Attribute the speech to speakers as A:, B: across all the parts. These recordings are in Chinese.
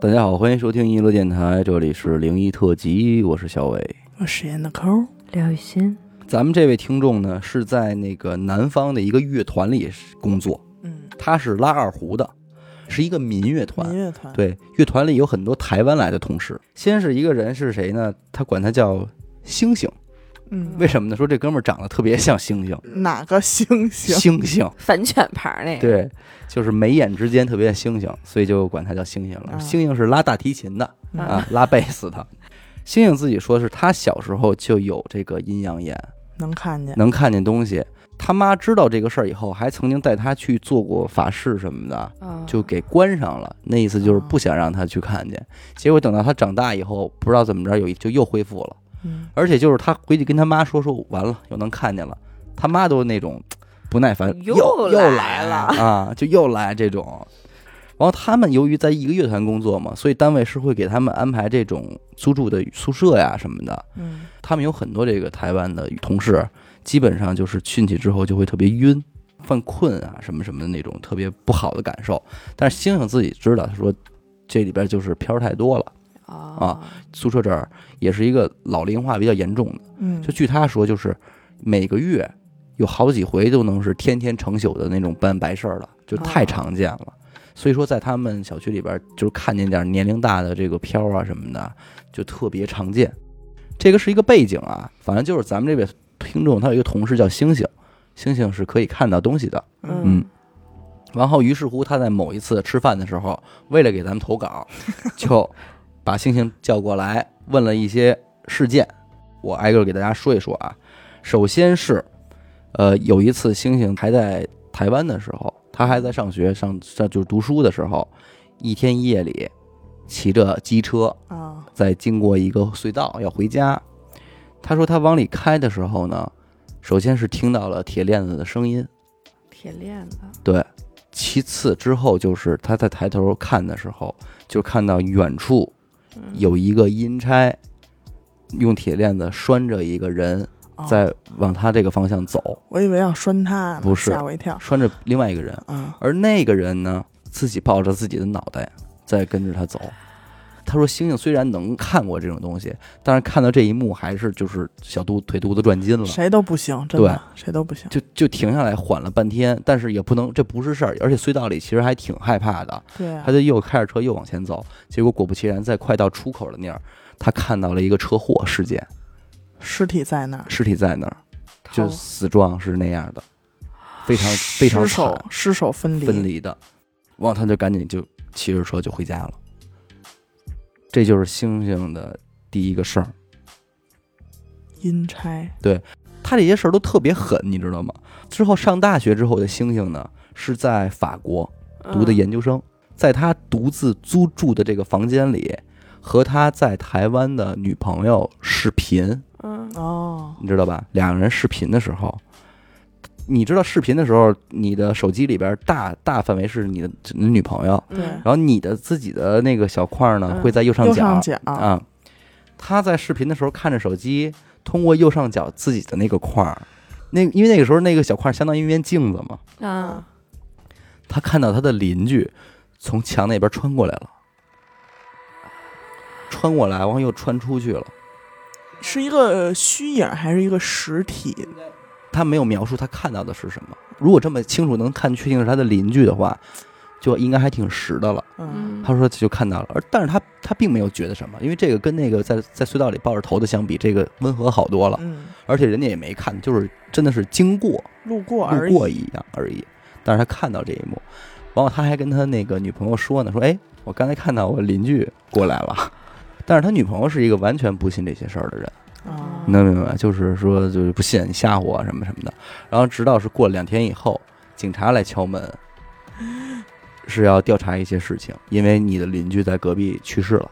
A: 大家好，欢迎收听一乐电台，这里是零一特辑，我是小伟。
B: 我实验的抠，
C: 廖雨欣，
A: 咱们这位听众呢是在那个南方的一个乐团里工作，
B: 嗯，
A: 他是拉二胡的，是一个民乐
B: 民
A: 团。
B: 乐团，
A: 对，乐团里有很多台湾来的同事。先是一个人是谁呢？他管他叫星星，
B: 嗯，
A: 为什么呢？说这哥们儿长得特别像星星，
B: 哪个星星？
A: 星 星。
C: 反犬牌那个，
A: 对，就是眉眼之间特别像星星，所以就管他叫星星了。
B: 啊
A: 星星是拉大提琴的
B: 嗯
A: 啊，拉贝斯的。星星自己说是他小时候就有这个阴阳眼，
B: 能看见，
A: 能看见东西。他妈知道这个事儿以后，还曾经带他去做过法事什么的，
C: 啊
A: 就给关上了。那意思就是不想让他去看见。结果等到他长大以后，不知道怎么着，有一就又恢复了。
B: 嗯，
A: 而且就是他回去跟他妈说说，完了又能看见了，他妈都那种不耐烦，
C: 又
A: 又又
C: 来
A: 了
C: 了
A: 啊，就又来这种。然后他们由于在一个乐团工作嘛，所以单位是会给他们安排这种租住的宿舍呀什么的。
B: 嗯，
A: 他们有很多这个台湾的同事，基本上就是进去之后就会特别晕、犯困啊什么什么的那种特别不好的感受。但是星星自己知道，他说这里边就是片儿太多了，
C: 啊
A: 宿舍这儿也是一个老龄化比较严重的。
B: 嗯，
A: 就据他说，就是每个月有好几回都能是天天成宿的那种办白事儿了，就太常见了。所以说，在他们小区里边，就是看见点年龄大的这个飘啊什么的，就特别常见。这个是一个背景啊，反正就是咱们这位听众，他有一个同事叫星星，星星是可以看到东西的。嗯然后，于是乎，他在某一次吃饭的时候，为了给咱们投稿，就把星星叫过来，问了一些事件，我挨个给大家说一说啊。首先是，呃，有一次星星还在台湾的时候，他还在上学上上就是读书的时候，一天夜里骑着机车
B: 啊，
A: 在经过一个隧道要回家，他说他往里开的时候呢，首先是听到了铁链子的声音，
C: 铁链子，
A: 对，其次之后就是他在抬头看的时候，就看到远处
C: 嗯
A: 有一个阴差用铁链子拴着一个人，
B: 哦，
A: 在往他这个方向走，
B: 我以为要拴他呢，
A: 不是
B: 吓我一跳
A: 拴着另外一个人，
B: 啊，
A: 而那个人呢，自己抱着自己的脑袋在跟着他走。他说：“星星虽然能看过这种东西，但是看到这一幕还是就是小肚腿肚子转筋了，
B: 谁都不行，真的，谁都不行，
A: 就就停下来缓了半天，但是也不能，这不是事儿。而且隧道里其实还挺害怕的，
B: 对啊
A: 他，就又开着车又往前走，结果果不其然，在快到出口的那儿，他看到了一个车祸事件，
B: 尸体在那儿，
A: 尸体在那儿，就
C: 头
A: 死状是那样的，非常非常
B: 尸首
A: 惨
B: 尸首分离，
A: 分离的。然后他就赶紧就骑着车就回家了。这就是星星的第一个事儿，
B: 阴差，
A: 他这些事儿都特别狠，你知道吗？之后上大学之后的星星呢，是在法国，
C: 嗯
A: 读的，研究生，在他独自租住的这个房间里，和他在台湾的女朋友视频，
C: 嗯，嗯
B: 哦，
A: 你知道吧？两个人视频的时候，你知道视频的时候，你的手机里边大大范围是你的你的女朋友，
B: 对
C: 嗯
A: 然后你的自己的那个小块儿呢
C: 嗯
A: 会在右上
B: 右
A: 角
B: 上角，
A: 啊。他在视频的时候看着手机，通过右上角自己的那个块儿，那因为那个时候那个小块儿相当于一面镜子嘛，
C: 啊，
A: 他看到他的邻居从墙那边穿过来了，穿过来，然后又穿出去了。
B: 是一个虚影还是一个实体？
A: 他没有描述他看到的是什么。如果这么清楚能看确定是他的邻居的话，就应该还挺实的了。
B: 嗯，
A: 他说他就看到了，而但是他他并没有觉得什么，因为这个跟那个在在隧道里抱着头的相比，这个温和好多了。
B: 嗯，
A: 而且人家也没看，就是真的是经过
B: 路过
A: 路
B: 而已，
A: 过一样而已。但是他看到这一幕，然后他还跟他那个女朋友说呢，说哎，我刚才看到我邻居过来了。但是他女朋友是一个完全不信这些事儿的人，
C: 哦
B: 啊
A: 你能明白？就是说，就是不信你吓唬我什么什么的。然后直到是过了两天以后，警察来敲门，是要调查一些事情，因为你的邻居在隔壁去世了。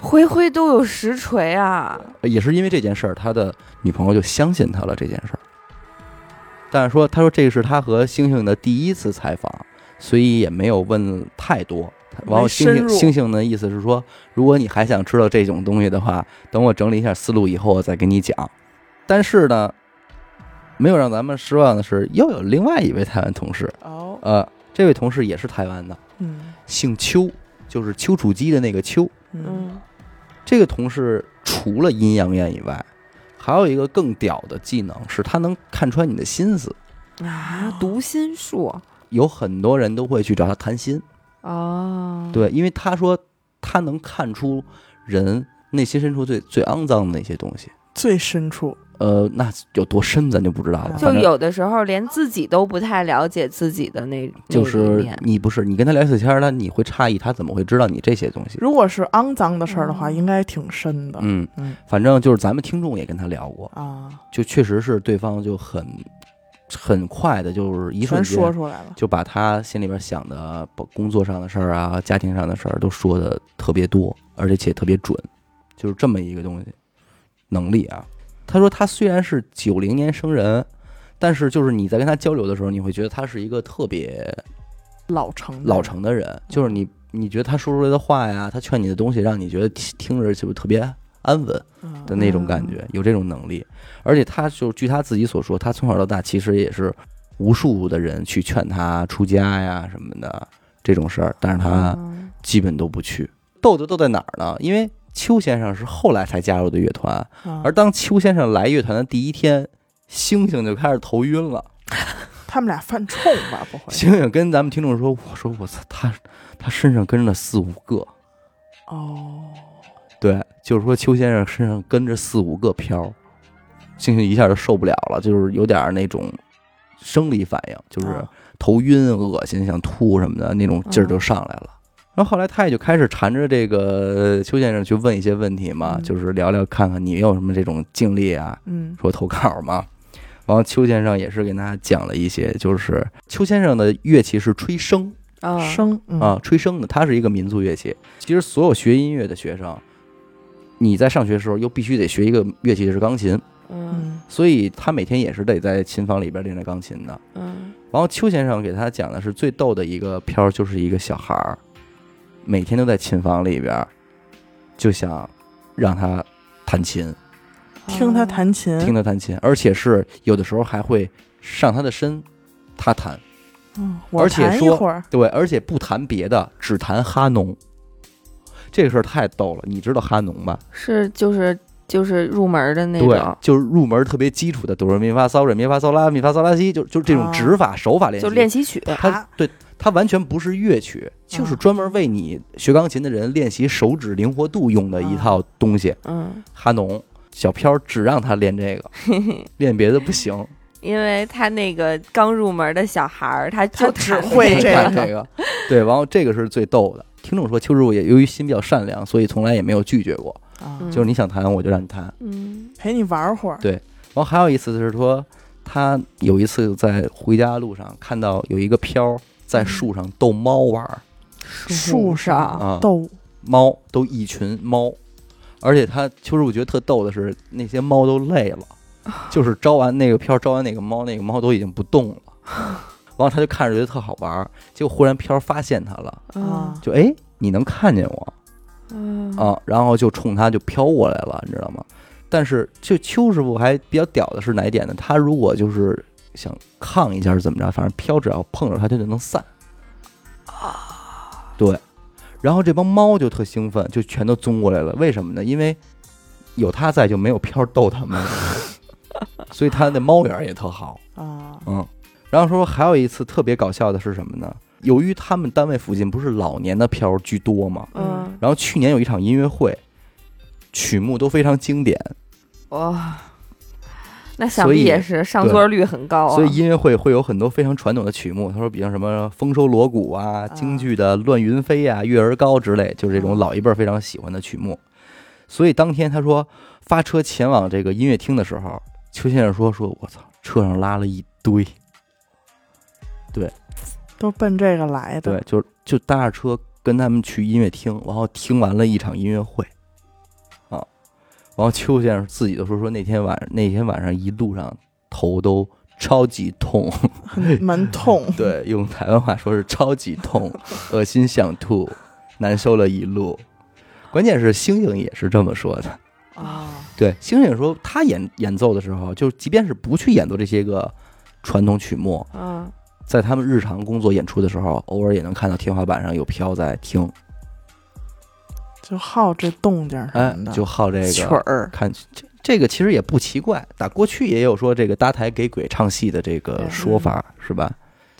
C: 回回都有实锤啊，
A: 也是因为这件事儿，他的女朋友就相信他了这件事儿。但是说，他说这是他和星星的第一次采访，所以也没有问太多。然后
B: 没
A: 星
B: 深
A: 星
B: 入
A: 星星的意思是说，如果你还想知道这种东西的话，等我整理一下思路以后，我再跟你讲。但是呢，没有让咱们失望的是，又有另外一位台湾同事，
B: 哦，
A: 呃，这位同事也是台湾的，
B: 嗯，
A: 姓邱，就是丘处机的那个丘。
B: 嗯
C: 嗯
A: 这个同事除了阴阳眼以外，还有一个更屌的技能，是他能看穿你的心思。
B: 嗯
C: 啊，读心术
A: 有很多人都会去找他谈心，
C: 哦，
A: 对，因为他说他能看出人内心深处最最肮脏的那些东西。
B: 最深处，
A: 呃，那有多深咱就不知道了，
C: 就
A: 反正
C: 有的时候连自己都不太了解自己的那
A: 就
C: 那一
A: 是
C: 面
A: 你不是你跟他聊起天儿，那你会诧异他怎么会知道你这些东西。
B: 如果是肮脏的事儿的话，
C: 嗯
B: 应该挺深的
A: 嗯
B: 嗯，
A: 反正就是咱们听众也跟他聊过，
B: 啊，
A: 就确实是对方就很很快的，就是一瞬
B: 全
A: 间
B: 说出来了。
A: 就把他心里边想的，包工作上的事儿啊，家庭上的事儿都说的特别多，而且且特别准，就是这么一个东西能力啊。他说他虽然是九零年生人，但是就是你在跟他交流的时候，你会觉得他是一个特别
B: 老成
A: 老成的人，就是你你觉得他说出来的话呀，他劝你的东西，让你觉得听听着就是特别安稳
B: 嗯
A: 的那种感觉，有这种能力。而且他就据他自己所说，他从小到大其实也是无数的人去劝他出家呀什么的这种事儿，但是他
C: 嗯
A: 基本都不去。逗就逗在哪儿呢？因为邱先生是后来才加入的乐团，
B: 啊
A: 而当邱先生来乐团的第一天，星星就开始头晕了。
B: 他们俩犯冲吧？不会
A: 星星跟咱们听众说：“我说我操，他他身上跟着四五个，
B: 哦，
A: 对，就是说邱先生身上跟着四五个飘儿，星星一下就受不了了，就是有点儿那种生理反应，就是
B: 啊
A: 头晕、恶心、想吐什么的那种劲儿就上来了。然后后来他也就开始缠着这个邱先生去问一些问题嘛，
B: 嗯
A: 就是聊聊看看你有什么这种经历啊，
B: 嗯
A: 说投稿嘛。然后邱先生也是给大家讲了一些，就是邱先生的乐器是吹笙，
C: 啊
B: 生嗯
A: 啊，吹笙的，它是一个民族乐器。其实所有学音乐的学生，你在上学的时候又必须得学一个乐器，就是钢琴，
C: 嗯
B: 嗯
A: 所以他每天也是得在琴房里边练着钢琴的。
C: 嗯
A: 然后邱先生给他讲的是最逗的一个飘儿，就是一个小孩儿，每天都在琴房里边儿，就想让他弹琴，
C: 嗯
B: 听
C: 哦
B: 他弹琴，
A: 听他弹琴，而且是有的时候还会上他的身，他弹。
B: 嗯，我
A: 而且
B: 弹一
A: 说
B: 会儿
A: 对，而且不谈别的，只谈哈农。这个事儿太逗了，你知道哈农吧？
C: 是就是就是入门的那
A: 对
C: 种，，
A: 就是入门特别基础的哆来咪发骚瑞咪发骚拉咪发骚拉西，就就这种
B: 啊
A: 指法、手法练习。
C: 哦就练习嗯曲，
A: 它对它完全不是乐曲，就是专门为你学钢琴的人练习手指灵活度用的一套东西。
C: 嗯，
A: 哈农小飘只让他练这 个，练别的不行，
C: 因为他那个刚入门的小孩儿，他就
B: 他只
C: 弹
B: 会
C: 那
B: 这
A: 看
B: 个
A: 这个。对，然后这个是最逗的。听众说，邱师傅也由于心比较善良，所以从来也没有拒绝过。
B: 啊，
C: 嗯
A: 就是你想弹我就让你弹。
C: 嗯
B: 陪你玩会儿
A: 对然后还有一次是说，他有一次在回家路上看到有一个飘在树上逗猫玩儿
B: 树
C: 上
A: 啊，
B: 逗
A: 猫都一群猫，而且他邱师傅觉得特逗的是，那些猫都累了，就是招完那个飘，招完那个猫，那个猫都已经不动了。然后他就看着觉得特好玩儿，结果忽然飘发现他了，
B: 啊，
A: 就哎你能看见我，
C: 嗯
A: 啊，然后就冲他就飘过来了，你知道吗？但是就邱师傅还比较屌的是哪一点呢？他如果就是想抗一下是怎么着，反正飘只要碰着他，它就能散。对，然后这帮猫就特兴奋，就全都踪过来了。为什么呢？因为有他在，就没有飘逗他们了，所以他的猫缘也特好。
B: 啊
A: 嗯，然后说还有一次特别搞笑的是什么呢？由于他们单位附近不是老年的飘居多吗？
C: 嗯
A: 然后去年有一场音乐会，曲目都非常经典，
C: 哇，那想
A: 所以
C: 必也是上座率很高啊，
A: 所以音乐会会有很多非常传统的曲目。他说，比方什么《丰收锣鼓》啊、京剧的《乱云飞》啊、《月儿高》之类，就是这种老一辈儿非常喜欢的曲目。所以当天他说发车前往这个音乐厅的时候，邱先生说：“说我操，车上拉了一堆，
B: 都奔这个来的
A: 对，就是就搭着车跟他们去音乐厅，然后听完了一场音乐会，啊，然后邱先生自己都说说那天晚上那天晚上一路上头都超级痛，
B: 蛮痛，
A: 对， 用台湾话说是超级 痛，恶心想吐，难受了一路。关键是星星也是这么说的，
C: 哦
B: 啊，
A: 对，星星说他演演奏的时候，就即便是不去演奏这些个传统曲目，
C: 嗯
A: 在他们日常工作演出的时候，偶尔也能看到天花板上有飘在听。
B: 就好这动静儿
D: 哎
B: 什么，的，
D: 就好这
B: 曲
D: 个
B: 嗯儿，
D: 看这这个其实也不奇怪，打过去也有说这个搭台给鬼唱戏的这个
E: 对
D: 说法，是吧？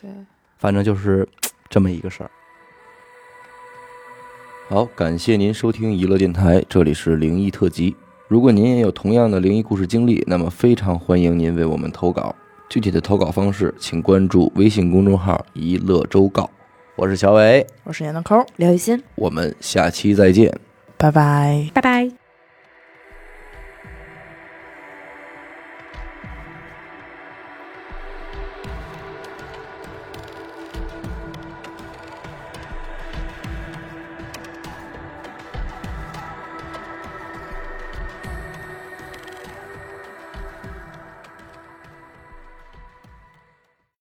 E: 对，
D: 反正就是这么一个事儿。
A: 好，感谢您收听娱乐电台，这里是灵异特辑。如果您也有同样的灵异故事经历，那么非常欢迎您为我们投稿。具体的投稿方式，请关注微信公众号“一乐周告”。我是小伟，
B: 我是闫德抠儿，
E: 刘雨欣，
A: 我们下期再见。
B: 拜拜。
C: 拜拜。